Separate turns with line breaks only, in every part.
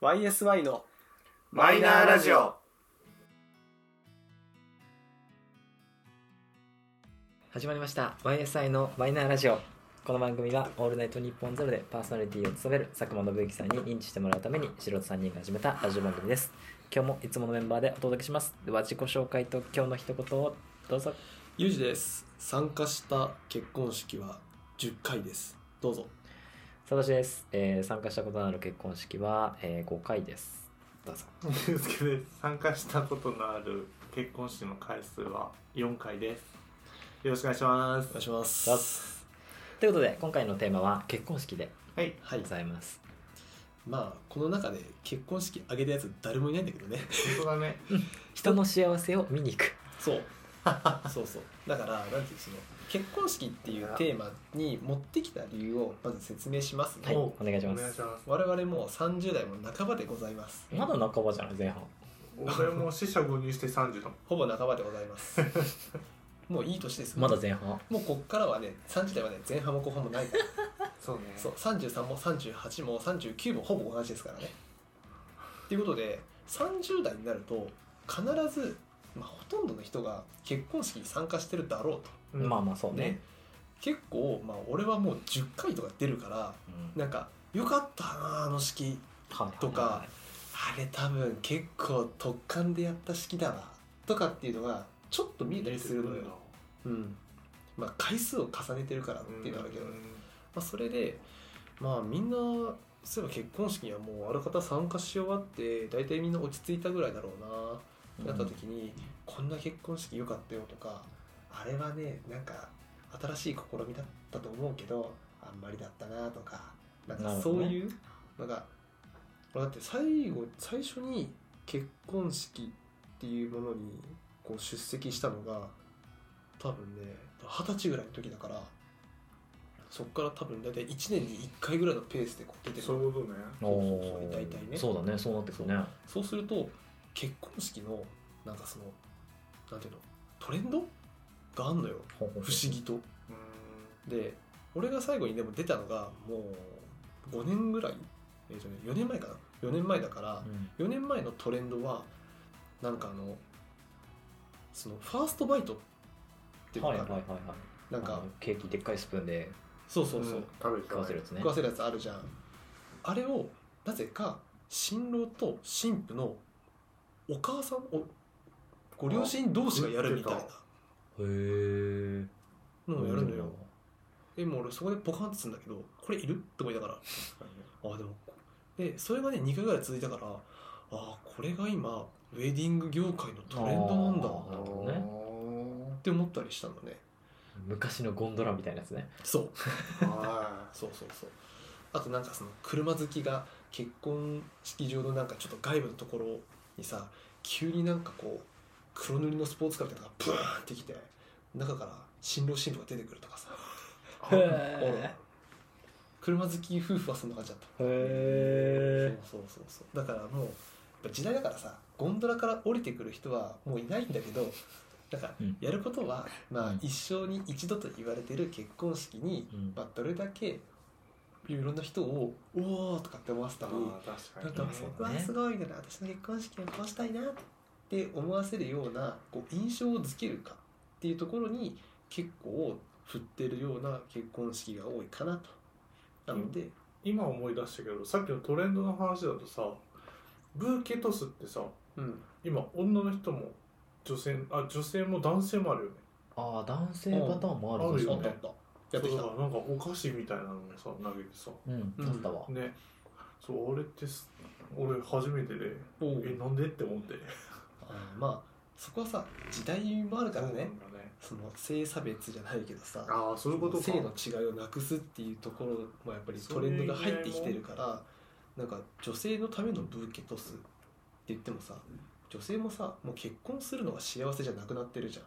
YSY の
マイナーラジオ
始まりました YSI のマイナーラジオこの番組は「オールナイトニッポンゼロでパーソナリティを務める佐久間信之さんに認知してもらうために素人3人が始めたラジオ番組です今日もいつものメンバーでお届けしますでは自己紹介と今日の一言をどうぞ
ゆうじです参加した結婚式は10回ですどうぞ
佐藤です、えー参加したことのある結婚式は、え5回ですどうぞ
ゆうすけです参加したことのある結婚式の回数は4回ですよろしくお願いしま
お
す
願いします
どうぞということで今回のテーマは結婚式で
はい
はい
ございます、
まあこの中で結婚式挙げたやつ誰もいないんだけどね
本当だね
人の幸せを見に行く
そう そうそうだからなんていうのその結婚式っていうテーマに持ってきた理由をまず説明しますね、
はい
お
お願いし
お
ま
願い
す
します
我々もう30代も半ばでございます
まだ半ばじゃない前半
俺も死者誤入して30だもん
ほぼ半ばでございますもういい年ですよ
まだ前半
もうこっからはね30代はね前半も後半もないから
そうね
そう33も38も39もほぼ同じですからねっていうことで30代になると必ず、まあ、ほとんどの人が結婚式に参加してるだろうと
ん
まあまあそうね
ね結構、まあ、俺はもう10回とか出るから
うん
なんか「よかったなあの式
はいはいはい
とかあれ多分結構突貫でやった式だな」とかっていうのがちょっと見えたりするのよ。うんまあ、回数を重ねてるからっていうのはあるけど、
うん
まあ、それで、まあ、みんなそういえば結婚式にはもうある方参加し終わって大体みんな落ち着いたぐらいだろうなってなった時に、こんな結婚式良かったよとかあれはねなんか新しい試みだったと思うけどあんまりだったなとかなん
な
か
るほ
そ
ど
う
ね
いうなんか俺だって最後最初に結婚式っていうものにこう出席したのが多分ね二十歳ぐらいの時だからそっから多分大体1年に1回ぐらいのペースでこう出てる
そういうことね
そうそう
おー
それ大体ね
そうだねそうなってくるね
そうすると結婚式のなんかそのなんていうのトレンドがあんのよ
不思
不思議と。
う
で俺が最後にでも出たのがもう5年ぐらい、えーとね、4年前かな4年前だから4年前のトレンドはなんかあのそのファーストバイトっていうの
はい
か
は
ない
はいはい
なん
あ
か
のケーキでっかいスプーンで
そうそ
そうう
そう、
そう食べて
食わせるやつね
食わせるやつあるじゃんあれをなぜか新郎と新婦のお母さんおご両親同士がやるみたい
へえ
なのをやるのよでもう俺そこでポカンとするんだけどこれいると思いながらあでもでそれがね2回ぐらい続いたからああこれが今ウェディング業界のトレンドなんだ
あー
っ
なるほどね
て思ったりしたのね
昔のゴンドラみたいなやつね
そう
は
そうそうそうあとなんかその車好きが結婚式場のなんかちょっと外部のところにさ急になんかこう黒塗りのスポーツカーみたいなのがブーンってきて中から新郎新婦が出てくるとかさ
い
おら車好き夫婦はそんな感じだった
へ
そうそうそうそうだからもうやっぱ時代だからさゴンドラから降りてくる人はもういないんだけどだから
うん
やることは、ま
う
あ
ん
一生に一度と言われてる結婚式に、
うん
まあ、どれだけいろんな人を「おお!」とかって思わせたり
あー確かに
なんか
う
「
んそう
う
だね
わすごい」みたいな「私の結婚式はこうしたいな」って思わせるようなこう印象をつけるかっていうところに結構振ってるような結婚式が多いかなと。なので、
今思い出したけどさっきのトレンドの話だとさブーケトスってさ
うん、
今女の人も女性あ女性も男性もあるよね
ああ男性パターンもある
うんある
あ
よ
ったあったやってきた
そうだからなんかお菓子みたいなのもさ投げてさ
うん
うん
あったわ
ねそうあれってす俺初めてで
おう
えなんでって思って
あーまあそこはさ時代もあるからね
そうなんだね
その性差別じゃないけどさ
ああそういうことか
性の違いをなくすっていうところもやっぱりトレンドが入ってきてるからなんか女性のためのブーケトスって言ってもさ女性もさもう結婚するのが幸せじゃなくなってるじ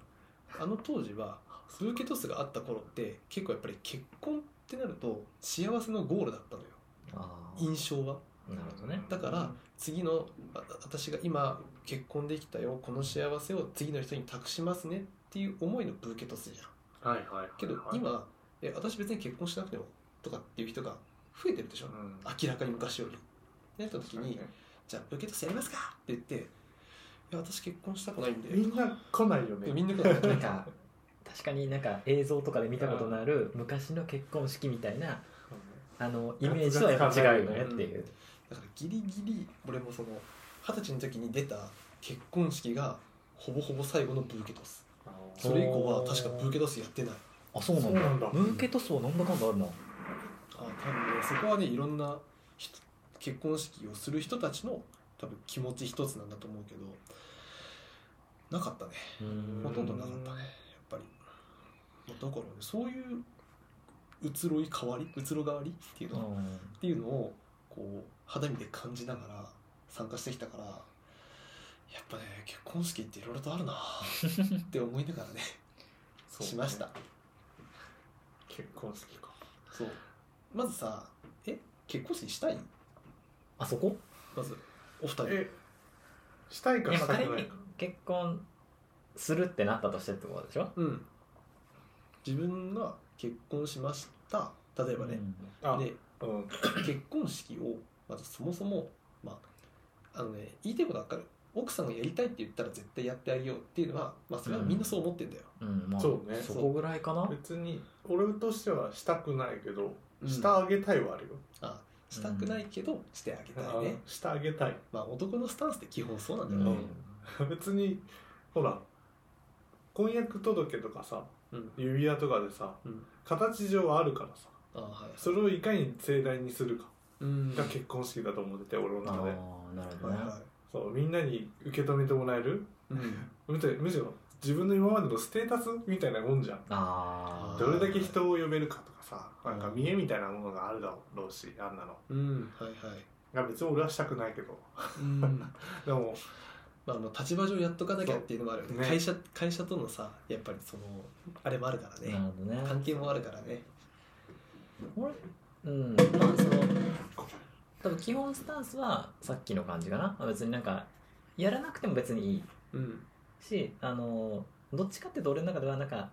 ゃんあの当時はブーケトスがあった頃って結構やっぱり結婚ってなると幸せのゴールだったのよ
ああ
印象は
なるほどね
だから次のあ私が今結婚できたよこの幸せを次の人に託しますねっていう思いのブーケトスじゃん
はいはいはいはい
けど今え私別に結婚しなくてもとかっていう人が増えてるでしょ
うん
明らかに昔よりなった時に、じゃあブーケトスやりますかって言って、いや、私結婚したくないんで、
みんな来ないよね
みんなから
なんか確かになんか映像とかで見たことのある昔の結婚式みたいなあのイメージとはやっぱ違うよねっていう、
だからギリギリ俺もその二十歳の時に出た結婚式がほぼほぼ最後のブーケトス
あー
それ以降は確かブーケトスやってない
あそう
そうなんだ
ブーケトスはなんだかんだあるな
あ多分ねそこはねいろんな人結婚式をする人たちの多分気持ち一つなんだと思うけどなかったねほとんどなかったねやっぱり、まあだからねそういう移ろい変わり移ろ変わりっていうのは
うん
っていうのをこう肌身で感じながら参加してきたからやっぱね結婚式っていろいろとあるなって思いながらね
そう
しました
結婚式か
そうまずさえ結婚式したい
あそこ
まずお二人
えしたいか
でも
した
仮
くない
に
か
結婚するってなったとしてってことでしょ
うん自分が結婚しました例えばね、
あ
で
うん
結婚式をまずそもそもまああのね言いたいことわかる奥さんがやりたいって言ったら絶対やってあげようっていうのはまあそれはみんなそう思ってんだよ、
うん、うんまあ
そうね
そこぐらいかな
別に俺としてはしたくないけど
うん
してあげたいはあるよ、
あしたくないけどしてあげたいね、
あしてあげたい
まあ男のスタンスって基本そうなんだ
う
よね、
ん
別にほら婚約届とかさ
うん
指輪とかでさ
うん
形上はあるからさ
あはい
それをいかに盛大にするか
うん
が結婚式だと思ってて俺の
ああ
中で
なるほど
はい
ね、
は
そうみんなに受け止めてもらえる
い、うん、
むしろむしろ自分の今までのステータスみたいなもんじゃん
ああ
どれだけ人を呼べるかとかさなんか見栄みたいなものがあるだろうしあんなの
うん、はいはい
いや別に俺はしたくないけど
うん
でも
まあもう立場上やっとかなきゃっていうのもあるよね
そうね
会社会社とのさやっぱりそのあれもあるから
なる
ね
ほどね
関係もあるからね
うんまあその多分基本スタンスはさっきの感じかな別になんかやらなくても別にいい
うん
しあのどっちかっていうと俺の中ではなんか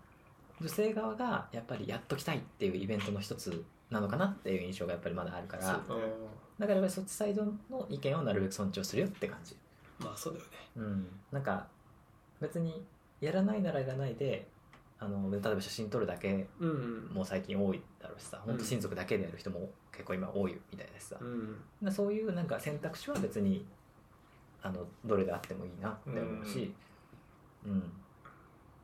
女性側がやっぱりやっときたいっていうイベントの一つなのかなっていう印象がやっぱりまだあるからだ
そ
か
う
あー
らやっぱりそっちサイドの意見をなるべく尊重するよって感じ
まあそうだよね
うんなんか別にやらないならやらないであの例えば写真撮るだけ
うんうん
もう最近多いだろうしさ本当親族だけでやる人も結構今多いみたいですさ、
うん
まあそういうなんか選択肢は別にあのどれであってもいいなって思うし、うん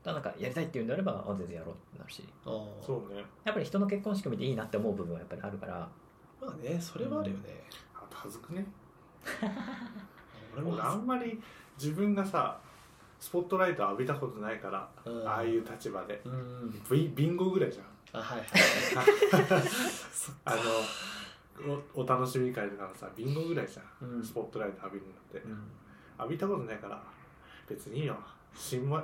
ただなんかやりたいっていうんであればあ全然やろうってなるし
あー
そうね
やっぱり人の結婚式見ていいなって思う部分はやっぱりあるから
まあねそれはあるよね、
あ恥ずくね
俺も
俺あんまり自分がさスポットライト浴びたことないから、
うん
ああいう立場で
うん
ビビンゴぐらいじゃん
あはいはい
あのおお楽しみ会とかのさビンゴぐらいじゃ
うん
んスポットライト浴びるのって、
うん
浴びたことないから別にいいよしんま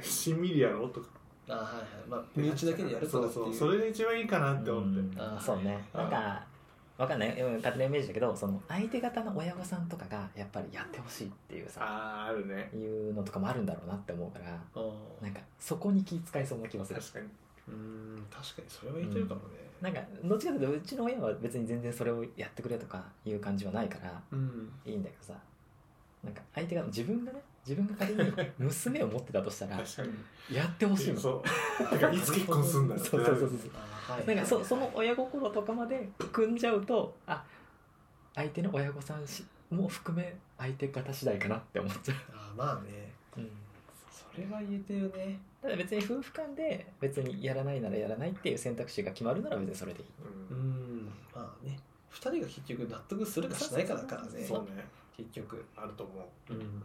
しんみりやろうとか
あはいはいまあ身内だけでやるからっていう
そうそうそれが一番いいかなって思って、
うん
あー
そうねなんかわかんないうん勝手なイメージだけどその相手方の親御さんとかがやっぱりやってほしいっていうさ
あああるね
いうのとかもあるんだろうなって思うから
あー
なんかそこに気遣いそうな気もする
確かに
うーん確かにそれは言ってるかもね、
なんかどっちかというとうちの親は別に全然それをやってくれとかいう感じはないから
うん、
いいんだけどさなんか相手が自分がね自分が仮に娘を持ってたとしたら
確かに
やってほしいの
そうてかいつ結婚すんだって
そうそうそうそう
あーはい
なんかそその親心とかまで組んじゃうとあ相手の親御さんしも含め相手方次第かなって思っちゃ
あーまあね
う、
それは言えてるね
ただ別に夫婦間で別にやらないならやらないっていう選択肢が決まるなら別にそれでいい
うんんまあね2人が結局納得するかしないかだからね
そうね
結局
あると思う
うん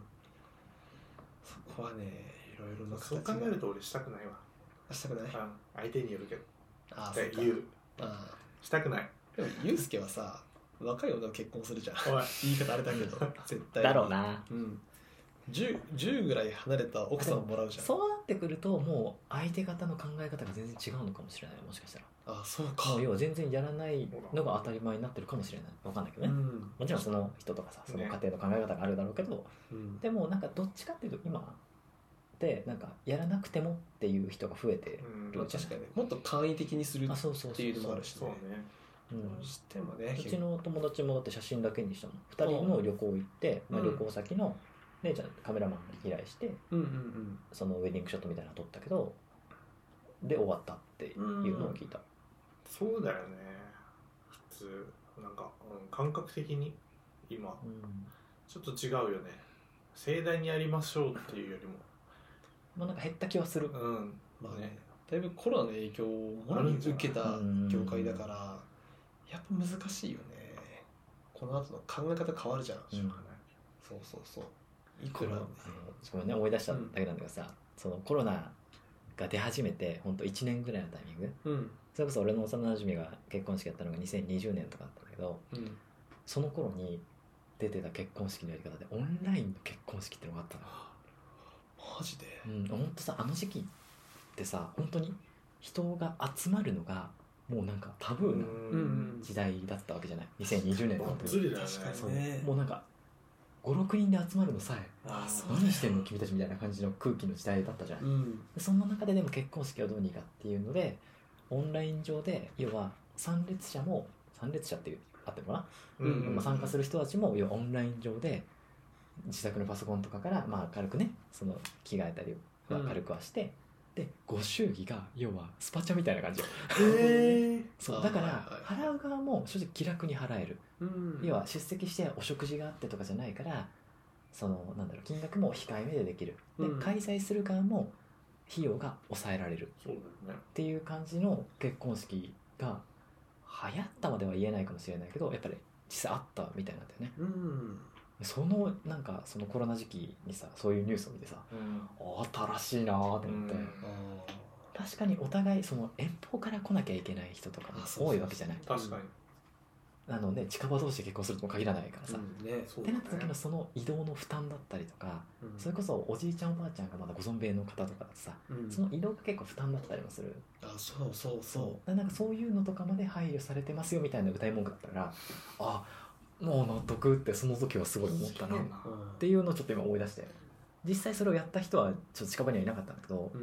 そこはねいろいろな
そう考えると俺したくないわ
あしたくない
あ相手によるけど
あ
って
そう
言う
かあ
したくない
ーでもユうスケはさ若い女と結婚するじゃん
おい
言い方あれだけ ど絶対
だろうな
うん10 10ぐらい離れた奥さんをもらうじゃん
そうなってくるともう相手方の考え方が全然違うのかもしれないもしかしたら
あそうか
もう要は全然やらないのが当たり前になってるかもしれないわかんないけどね、
ん
もちろんその人とかさその家庭の考え方があるだろうけど、
うん
でもなんかどっちかっていうと今ってなんかやらなくてもっていう人が増えて
うん
まあ確かにねもっと簡易的にする
あそうそう
っていうのもある
し
し
そうね
うん
どうしてもね
うちの友達もだって写真だけにしたの2
うん
人の旅行行って、まあ、
うん
旅行先の、ねじゃあカメラマンに依頼して
うんうん
そのウェディングショットみたいなの撮ったけどで終わったっていうのを聞いた、
そうだよね普通なんか、うん、感覚的に今
うん
ちょっと違うよね盛大にやりましょうっていうよりも
まあ、なんか減った気はする、
うん
まあねだいぶコロナの影響をもろに受けた業界だからやっぱ難しいよねこの後の考え方変わるじゃん、
うん
しょうがない、
そうそうそうい
こ
く
れ
ら
はあのごめんね思い出しただけなんだけどさ、そのコロナが出始めて本当1年ぐらいのタイミング
うん
それこそ俺の幼なじみが結婚式やったのが2020年とかだったんだけど
うん
その頃に出てた結婚式のやり方でオンラインの結婚式ってのがあったの
マジで
うん、ほんとさあの時期ってさ本当に人が集まるのがもうなんかタブーな
うん
ん
時代だったわけじゃない2020年の
がっ
本当
つ
に
りだよね
確かに
そう
ね
もうなんか56人で集まるのさえ
あ
あそうだよ
何してんの君たちみたいな感じの空気の時代だったじゃない、
うん
でそんな中ででも結婚式をどうにかっていうのでオンライン上で要は参列者も参列者っていうあってるのか
うん
な、まあ、参加す
る
る人たちも要はオンライン上で自宅のパソコンとかからまあ軽くねその着替えたりは軽くはして、でご祝儀が要はスパチャみたいな感じよ
え
そ
あ
う
ー
だか
は
ら
いはい
払う側も正直気楽に払える、
うん
要は出席してお食事があってとかじゃないからそのなんだろう金額も控えめでできるで
うん
開催する側も費用が抑えられる
そうだよね
っていう感じの結婚式が流行ったまでは言えないかもしれないけどやっぱり実際あったみたいなんだよね
うん
そのなんかそのコロナ時期にさそういうニュースを見てさ
うん
あ新しいなーと思って、
う
あ
ん
確かにお互いその遠方から来なきゃいけない人とかも
あそうそう
多いわけじゃない
確かに
なので近場同士で結婚するとも限らないから
ー
さ、
うんね
そ
っ
う
て
だ
な
ね
った時のその移動の負担だったりとか
うん
それこそおじいちゃんおばあちゃんがまだご存命の方とかだとさ
うん
その移動が結構負担だったりもする
あそうそうそう
なんかそういうのとかまで配慮されてますよみたいな歌い文句だったからあもう納得ってその時はすごい思ったなっ
う
ていうのをちょっと今思い出して実際それをやった人はちょっと近場にはいなかったんだけど
うん、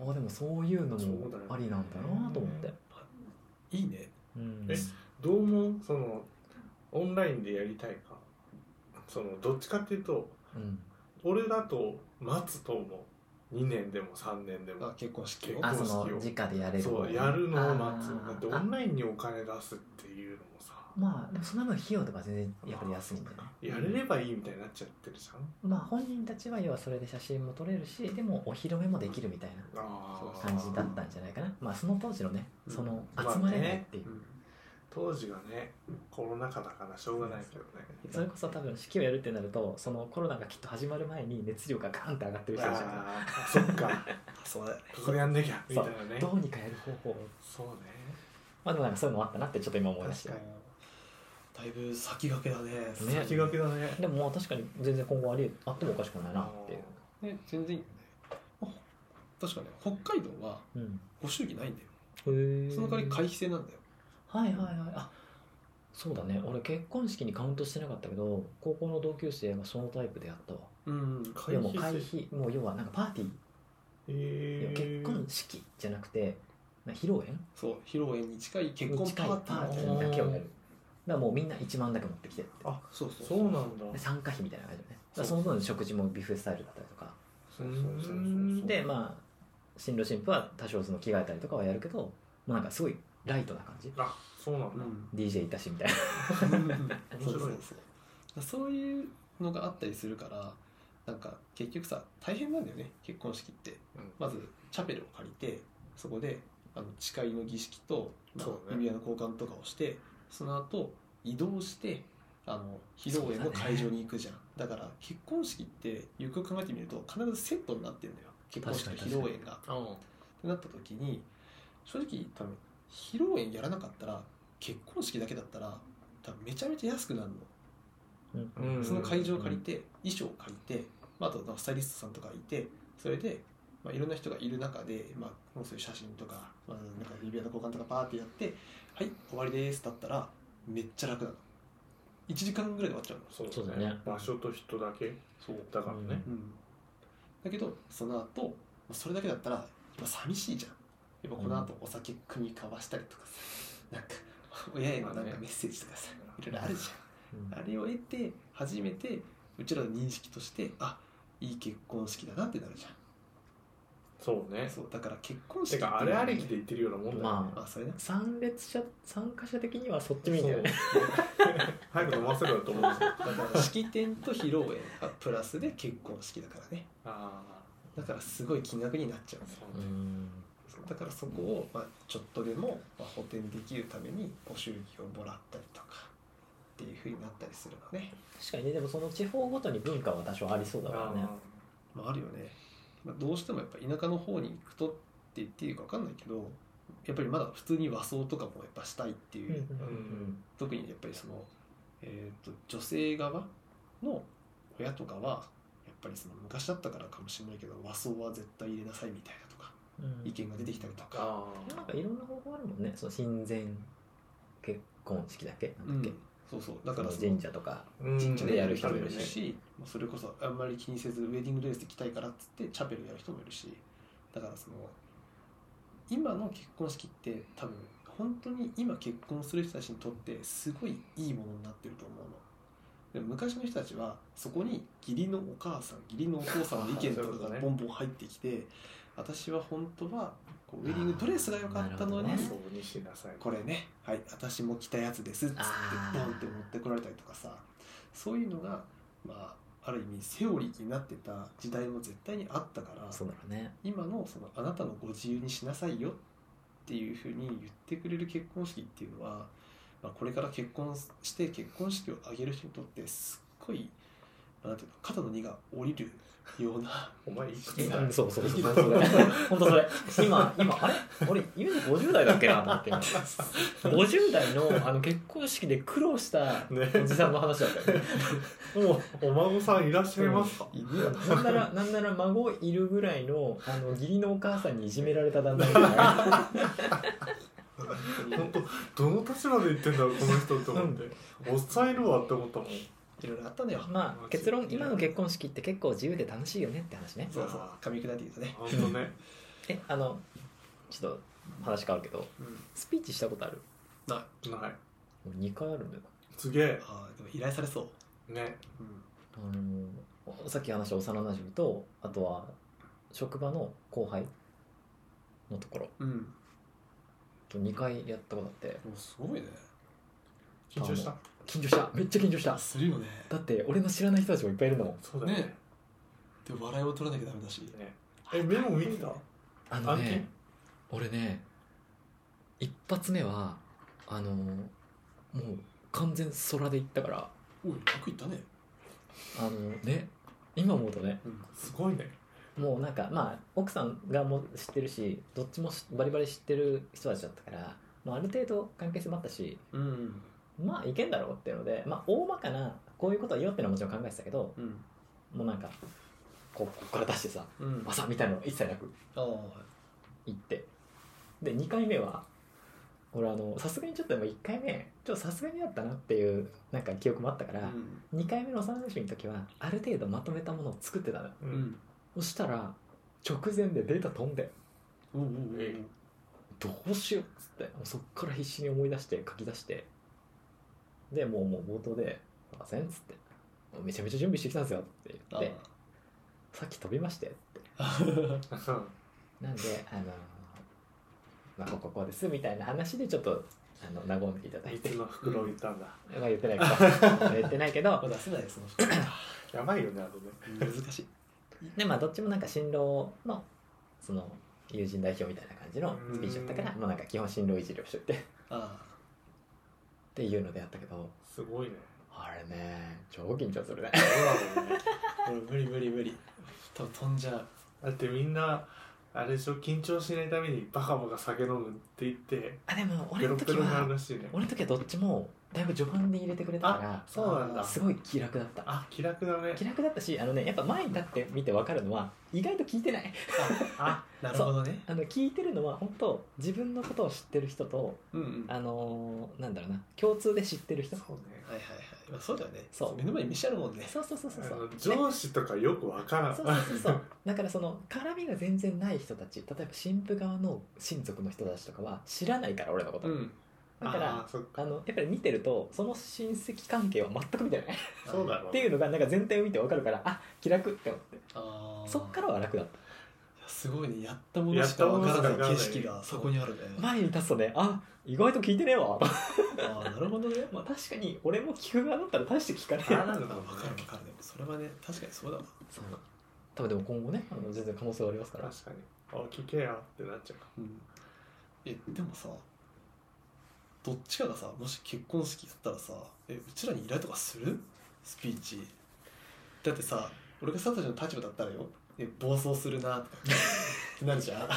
うん、
あでもそういうの
そ
も
うだよね
ありなんだなと思って
いいね
うん
えどうもそのオンラインでやりたいかそのどっちかっていうと
うん
俺だと待つと思う2年でも3年でも
あ結婚式を
結
あ
婚
その
式を
直でやれる
そうやるのを待つ
あー
だってオンラインにお金出すっていうのもさ
まあでもその分費用とか全然やっぱり安いんだよね
やれればいいみたいになっちゃってるじゃん
まあ本人たちは要はそれで写真も撮れるしでもお披露目もできるみたいな
あー
感じだったんじゃないかなまあその当時のね
うん
その
まあね
集まれないっていう、
うん
当時がねコロナ禍だからしょうがないけどね
それこそ多分式をやるってなるとそのコロナがきっと始まる前に熱量がガンって上がってる人たちが
あーそっか
あそうだね
ここでやんなきゃみたいなね
どうにかやる方法を
そうね
まあでもなんかそういうのもあったなってちょっと今思い出して
確か
だいぶ先駆けだね
ね
先駆けだね
でももう確かに全然今後ありあってもおかしくないなっていう
ね全然いいよねあ確かね北海道は
うん
ご祝儀ないんだよ
へえ
その代わり会費制なんだよ
はいはいはいあそうだね俺結婚式にカウントしてなかったけど高校の同級生がそのタイプでやったわ
うん
い
会
やもう
会
会
費
費もう要はなんかパーティーいや
え
結婚式じゃなくてなんか披露宴
そう披露宴に近い結婚パーテ
近いパーテ
ィ
ィー
ー
だけをやるだからもうみんな1万だけ持ってきてって
あ
そうそう
そうなんだ
で参加費みたいな感じだねだからその分食事もビュッフェスタイルだったりとか
そうそうそうそう
でまあ新郎新婦は多少その着替えたりとかはやるけどもうなんかすごいライトな感じ
あそうなん
う
だ、
ん
DJ いたしみたいな
面
白
そ
い
うそうそうそういうのがあったりするからなんか結局さ大変なんだよね結婚式って
うん
まずチャペルを借りてそこであの誓いの儀式と、まあ
そうね
指輪の交換とかをしてその後移動してあの披露宴の会場に行くじゃんだ,、から結婚式ってよくよく考えてみると必ずセットになってるんだよ結婚式と披露宴が。ってなった時に正直多分披露宴やらなかったら結婚式だけだったら多分めちゃめちゃ安くなるの、
うんうん
その会場を借りて衣装を借りて、まあ、あとスタイリストさんとかいてそれで、まあ、いろんな人がいる中で、まあ、もうそういう写真とか,、まあ、なんか指輪の交換とかバーってやって「はい終わりです」だったらめっちゃ楽なの1時間ぐらいで終わっちゃうの
そう
そうだね
場所と人だけ
そう
だからね、
うん、だけどその後、まあそれだけだったら、まあ、寂しいじゃんやっぱこの後お酒組み交わしたりとかさなんか 親へのなんかメッセージとかさいろいろあるじ
うん
ゃんあれを得て初めてうちらの認識としてあいい結婚式だなってなるじゃ
そうね
んそうだから結婚式
て
っていうの
か
は
あ
ね
れありきで言ってるようなもんだよね、
ま
あそれね
参列者参加者的にはそっち見てるね
そう 早く飲ませろよと思うん ですよ
だから式典と披露宴がプラスで結婚式だからね
あ
だからすごい金額になっちゃう
あ
んだよ
そう
う
ね
ん
だからそこを、まあ、ちょっとでも、まあ、補填できるためにご祝儀をもらったりとかっていうふうになったりするのね、
確かにねでもその地方ごとに文化は多少ありそうだからね
あ
まあ、あるよね、まあ、どうしてもやっぱ田舎の方に行くとって言っていいか分かんないけどやっぱりまだ普通に和装とかもやっぱしたいっていう、
うん
特にやっぱりその、えー、と女性側の親とかはやっぱりその昔だったからかもしれないけど和装は絶対入れなさいみたいなとか
うん
意見が出てきたりと
ー
か、
あ
なんかいろんな方法あるもんねその親善結婚式だっけ
う
なん
ん
だっけ、
そうそうだから
そ
そ
の
の
神社とか
ー
神社でやる人もい
うん
るし、まあそれこそあんまり気にせずウェディングドレスで着たいからっつってチャペルやる人もいるしだからその今の結婚式って多分本当に今結婚する人たちにとってすごいいいものになってると思うの。でも昔の人たちはそこに義理のお母さん義理のお父さんの意見と
そういうこ
か
と
が
ね
ボンボン入ってきて、私は本当はこうウェディングドレスが良かったの
あーなるほど
に
ね
そうにしなさい
これね、はい、私も着たやつですっつって
あー
ボンって持ってこられたりとかさそういうのが、まあ、ある意味セオリーになってた時代も絶対にあったから
そうだろうね
今のそのあなたのご自由にしなさいよっていうふうに言ってくれる結婚式っていうのは、まあ、これから結婚して結婚式を挙げる人にとってすっごい、まあなんていうの肩の荷が下りるよう な
お前いく
う
つだ
んそうそうそう
いく
本
つ
当
だ
それ本当それ今今あれ俺ゆうじ50代だっけなと思って今50代のあの結婚式で苦労した
ね
おじさんの話だったよねも
お孫さんいらっしゃいますか、
犬は
うなんならなんなら孫いるぐらいのあの義理のお母さんにいじめられた旦那みたいな
本当に
本当どの立場で言ってんだろうこの人って思っておっさんいるわって思ったもん
いろいろあったのよ。
まあ結論今の結婚式って結構自由で楽しいよねって話ね
そうそう噛み砕いて言うとね。
本当ね
えあのちょっと話変わるけど
うん
スピーチしたことある
ない
ない
もう2回あるんだよ
すげえ
あーでも依頼されそう。
ね
うん
あのさっき話した幼なじみとあとは職場の後輩のところ
うん、
と2回やったことあって
もうすごいね。
緊張した
緊張しためっちゃ緊張した
するよね。
だって俺の知らない人たちもいっぱいいるんだもん
そうだよね
ねで笑いを取らなきゃダメだし。
ねえメモ見てた
あ
あ
の
の
ね
ね
俺ね一発目はあのもう完全空で行ったから
おい、楽いったね。
あのね今思うとね
うん。
すごいね
もうなんかまあ奥さんがもう知ってるしどっちもしバリバリ知ってる人たちだったから、まあ、ある程度関係性もあったし
うん。
まあいけんだろうっていうので、まあ、大まかなこういうことは言おうっていうのはもちろん考えてたけど
うん。
もうなんかこうここから出してさ
うん
技みたいなの一切なく
ああ。
行ってで2回目は俺あのさすがにちょっとでも1回目ちょっとさすがにだったなっていうなんか記憶もあったか
う
ら、
ん。
2回目の幼馴染の時はある程度まとめたものを作ってたのよ
う
う、ん。
そしたら直前でデータ飛んで
おうおうお
え
う
どうしようっつってもうそっから必死に思い出して書き出してでもうもう冒頭で「あせん」っつって「もうめちゃめちゃ準備してきたんですよ」って言
あ
って「さっき飛びまして」って
あ。
なんで「あのーまあ、こうこうこうです」みたいな話でちょっとあの和んでいただ い
い
て
つの袋言ったんだ
まあ言ってないけ ど言ってないけ
まあ
ど
出せないです、その人。
やばいよねあのね
難しい。
でまあどっちもなんか新郎のその友人代表みたいな感じのスピーチだったから
う
もうなんか基本新郎いじりをしといてっ
あ
ていうのでやったけど
すごいね
あれね超緊張するね
どうだろうね
あ。俺、無理無理無理。多分飛んじゃう。
だってみんなあれでしょ緊張しないためにバカバカ酒飲むって言って
あでも
ペ
俺
ロ
の
ペ
時
ロにな
は
るらしいね
俺の時はどっちもだいぶ序盤で入れてくれたか
そうなん
ら
だ
すごい気楽だった
あ気楽だね
気楽だったしあのねやっぱ前に立って見て分かるのは意外と聞いてない
あ
なるほどね。
あの聞いてるのは本当自分のことを知ってる人と
うんうん。はい
あのーなんだろうな共通で知ってる人
そうね
はいはい。まあそうだよね。
そう
目の前に飯あるもんね。
そうそうそうそう
あ
そう
の
ね
上司とかよくわからん
そうそうそうそうだからその絡みが全然ない人たち例えば新婦側の親族の人たちとかは知らないから俺のこと、
うん。
だから
あーそっか
あのやっぱり見てるとその親戚関係は全く見てないっ
そうだろう
ていうのがなんか全体を見てわかるからあ気楽って思って
あー
そっからは楽だった
すごいねやったものしかわからない景色がそこにあるね
前に立つとねあ意外と聞いてねえわ
ああなるほどね
まあ確かに俺も聞く側だったら大して聞か
あ
ね
あな
なん
る
か
ほど
分かる分かるでもそれはね確かにそうだわ
えそう多分でも今後ねあの全然可能性はありますから
確かにあ聞けよってなっちゃうか
うんえでもさどっちかがさもし結婚式やったらさえうちらに依頼とかするスピーチだってさ俺がサトシの立場だったらよえ暴走するなとかってなるじゃ ん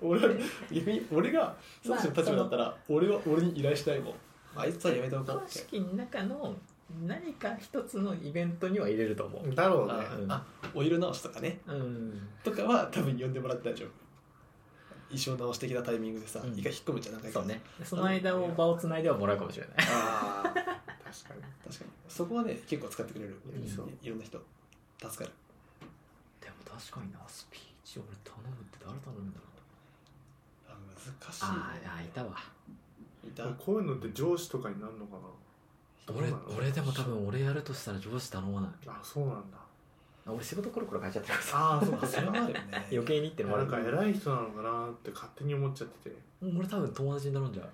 俺は逆に俺がサトシの立場だったら俺は俺に依頼しないもんあいつはやめておこう
公
って
式の中の何か一つのイベントには入れると思う
だろうね
あ
う、ん
あお色直しとかね
うん
とかは多分呼んでもらって大丈夫衣装直し的なタイミングでさ、
うん
一回引っ込めちゃなんか
そうねその間を場をつないではもらうかもしれない
ああ確かに
確かにそこはね結構使ってくれる
いいそう
いろんな人助かる
でも確かになスピーチ俺頼むって誰頼むんだろう
あ難しいね
あーあーいたわ
いた
こういうのって上司とかになるのか
俺
そうなの
俺でも多分俺やるとしたら上司頼まない
なあそうなんだ
あ俺仕事コロコロ変えちゃってるからさ
ああそうか
そ れはあるよね
余計にってのもあ
な
る
んか偉い人なのかなって勝手に思っちゃってて
うん俺多分友達に頼んじゃう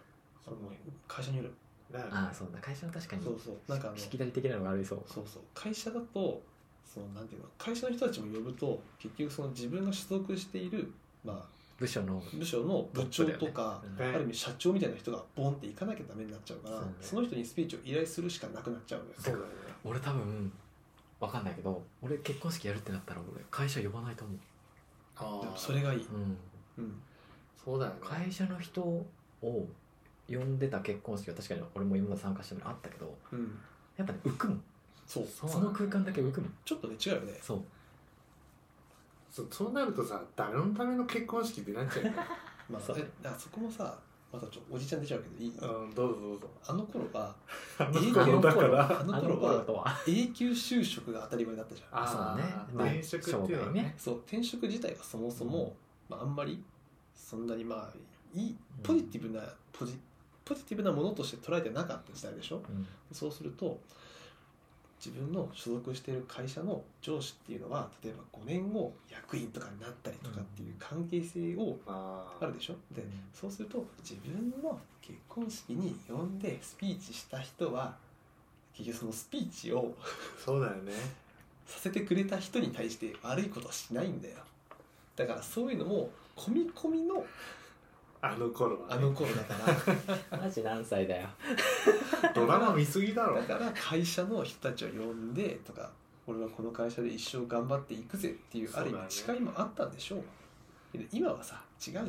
その会社による
だよね
ああそうだ会社の確かに
そうそうなんかあの
しきたり的なのがありそう
そうそう会社だとそのなんていうの会社の人たちも呼ぶと結局その自分が所属している、ま
部署の
あ、部署の部長とか、
うん
ね
ある意味社長みたいな人がボンって行かなきゃダメになっちゃうから
そうね
その人にスピーチを依頼するしかなくなっちゃうんです
そうだよね
俺多分わかんないけど俺結婚式やるってなったら俺会社呼ばないと思、
あ
でもそれがいいう
うん、
うん、
そうだよね
会社の人を呼んでた結婚式は確かに俺も今まで参加してるのあったけど
うん、
やっぱね浮くもん
そう
そう
その空間だけ浮くもん
ちょっとね違うよね
そう
そそうなるとさ誰のための結婚式ってなっ ちゃうよね
まあ、
そう
えだからそこもさまたちょっとおじちゃん出ちゃうけどいい
うんどうぞどうぞ
あの頃は
あの
営業
頃だか
あ
ら
の頃は
とは
永久就職が当たり前だったじゃん
あ
そう
あ
ね
転職っていうのはね
そう転職自体がそもそも、まあ、あんまりそんなにまあいい
うん
ポジティブなポジポジティブなものとして捉えてなかった時代でしょ
うん
そうすると自分の所属している会社の上司っていうのは例えば5年後役員とかになったりとかっていう関係性を
あ
あるでしょで
うん
そうすると自分の結婚式に呼んでスピーチした人は結局そのスピーチを
そうだよね
させてくれた人に対して悪いことはしないんだよだからそういうのも込み込みの
あの頃は
あ
ね
の頃だ から
マジ何歳だよ
ドラマ見すぎだろ
だから会社の人たちを呼んでとか俺はこの会社で一生頑張っていくぜっていう
そ
あ
うだ
る
よ
意
ね
味誓いもあったんでしょうけど今はさ違うじゃん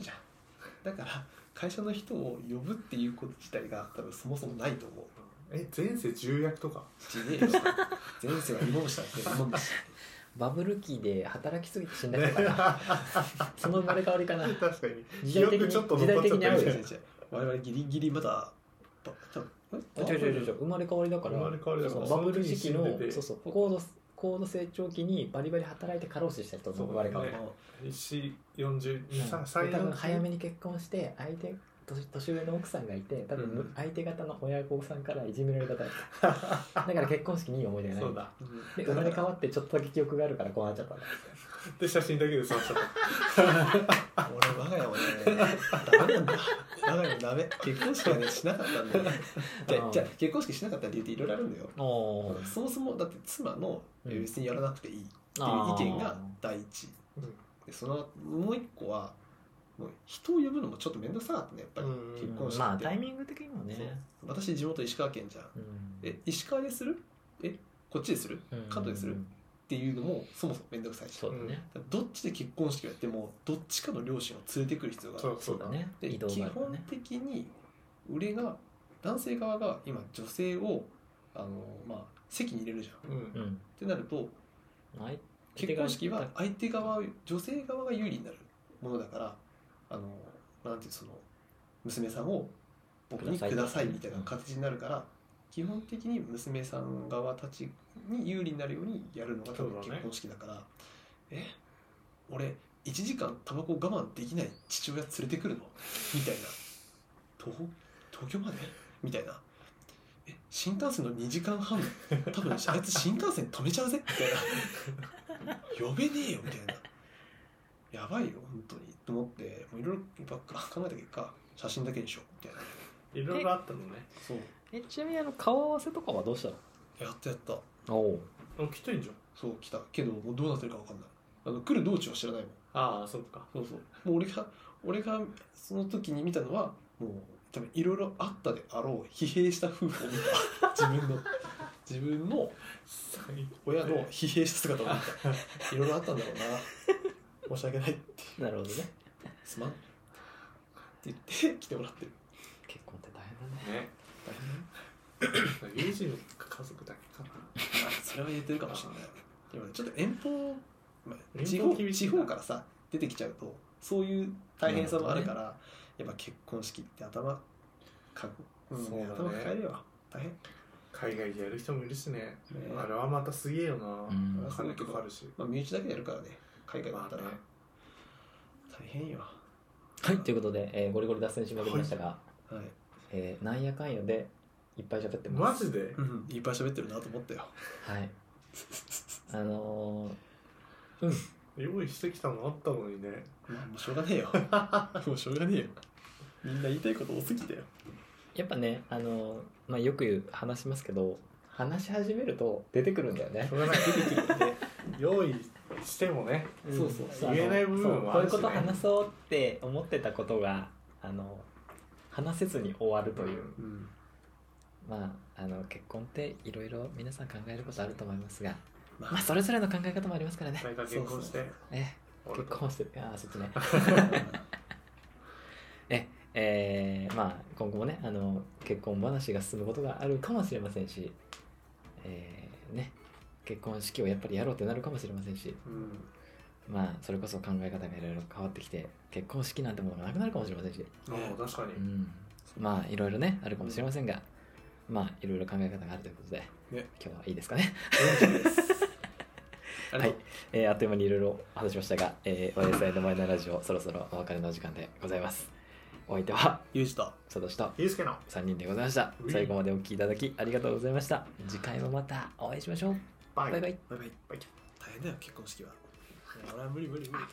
だから会社の人を呼ぶっていうこと自体が多分そもそもないと思う
え前世重役とか
ちねえよ前世は芋虫だって芋虫
バブル期で働きすぎて死んだ人か なその生まれ変わりかな
確かに
時代的
記憶
に
ちょっと残っちゃって
時代的に合うよ
る
ね
我々ギリギリまだば多分え
違う違う違う違う生まれ変わりだから
生まれ変わりだから
そうそうバブル時期の
その時に死んでて
そうそう高度高度成長期にバリバリ働いて過労死した人の生まれ変わり、
そ
あ
1 4
うん
2
で多分
3
早めに結婚して相手年年上の奥さんがいて多
う
分
ん
相手方の親御さんからいじめられ方だっただから結婚式にいい思い出がない
そうだ
で生まれ変わ
っ
ってちょっとだけ記憶があるからこうなっちゃったんだ
で写真だけで済ましちゃっ
俺
た
我が家はねダメなんだ我が家もダメ結婚式はねしなかったんだよじゃ
う
あ
ん
じゃあ結婚式しなかった理由っていろいろあるんだよ
お
そもそもだって妻の
うん
え別にやらなくていいっていう
あー
意見が第一
た
でそのもう一個はもう人を呼ぶのもちょっと面倒くさかったねやっぱり
うん
結婚式って
まあタイミング的にもね
そう私地元石川県じゃん
うん
え石川でするえこっちでする
うん
加藤にするっていうのもそもそも面倒くさいし
そうだね、
どっちで結婚式をやってもどっちかの両親を連れてくる必要があ
そ
る
うそうだね
ね
で
移動
基
があるから
本
ね
的に俺が男性側が今女性をあの、まあ、席に入れるじゃんっ
うん
うん
てなると
相手
結
が
婚式は相手側女性側が有利になるものだからあのなんていうその娘さんを僕にくださいみたいな形になるから基本的に娘さん側たちに有利になるようにやるのが多分
そうだね
結婚式だからえ俺1時間タバコ我慢できない父親連れてくるのみたいなと東京までみたいなえ新幹線の2時間半多分あいつ新幹線止めちゃうぜみたいな呼べねえよみたいなやばいよ本当にと思ってもういろいろばっか考えた結果写真だけにしようみたいない
ろいろあったのね
そう
えちなみにあの顔合わせとかはどうした
やったやった
のおお
あきついんじゃん
そう来たけどもうどうなってるか分かんないあの来る道中は知らないもん
ああそっか
そうそうもう俺が俺がその時に見たのはもう多分いろいろあったであろう疲弊した夫婦を見 た自分の自分の親の疲弊した姿を見たいろいろあったんだろうな申し訳ないって
なるほどね
すまんって言って来てもらってる
結婚って大変だね
ね
大変
友人の家族だけかな
あそれは言えてるかもしれないでもねちょっと遠方、まあ、
遠方
地方
厳しい
地
な
方からさ出てきちゃうとそういう大変さもあるからやっぱ結婚式って頭かく、うん
そうだね
頭抱えるよ大変
海外でやる人もいるしね
ね
あれはまたすげえよな、
うん
金かかるし
まあ、身内だけやるからね海外だったら
まあね
大変よ
はいということで、えーゴリゴリ脱線しまくりましたが、
はい、
えーなんやかんやでいっぱい喋ってま
マ
す
ジで
うん、いっぱい喋ってるなと思ったよ
はいあのーうん
用意してきたのあったのにね
まあもうしょうがねえよもうしょうがねえよみんな言いたいこと多すぎだよ
やっぱねあのーまあよく言う話しますけど話し始めると出てくるんだよね
しょうがない出てくるよね用意してもね
んそうそう
あの
言えない部分もあるし
そう
ね
こういうこと話そうって思ってたことがあの話せずに終わるという、
うん
まああの結婚っていろいろ皆さん考えることあると思いますが
ま
まあそれぞれの考え方もありますからね
誰か結婚して
そう
ね
俺
結
と
婚してああそっちねええーまあ今後もねあの結婚話が進むことがあるかもしれませんしえーね結婚式をやっぱりやろうってなるかもしれませんし
うん
まあそれこそ考え方がいろいろ変わってきて結婚式なんてものがなくなるかもしれませんし、
ああ確かに
うん、まあいろいろねあるかもしれませんが、まあいろいろ考え方があるということで、今日はいいですかね
ありが
は
と
い、えーあっという間にいろいろ話しましたが、えー、YSI のマイナーラジオそろそろお別れの時間でございますお相手は
うユージと
佐藤氏と
ゆうすけの
3人でございました最後までお聞きいただきありがとうございました次回もまたお会いしましょう
バイ
バイバイ
バイバイ
バイ
大変だよ結婚式は俺は無理無理無理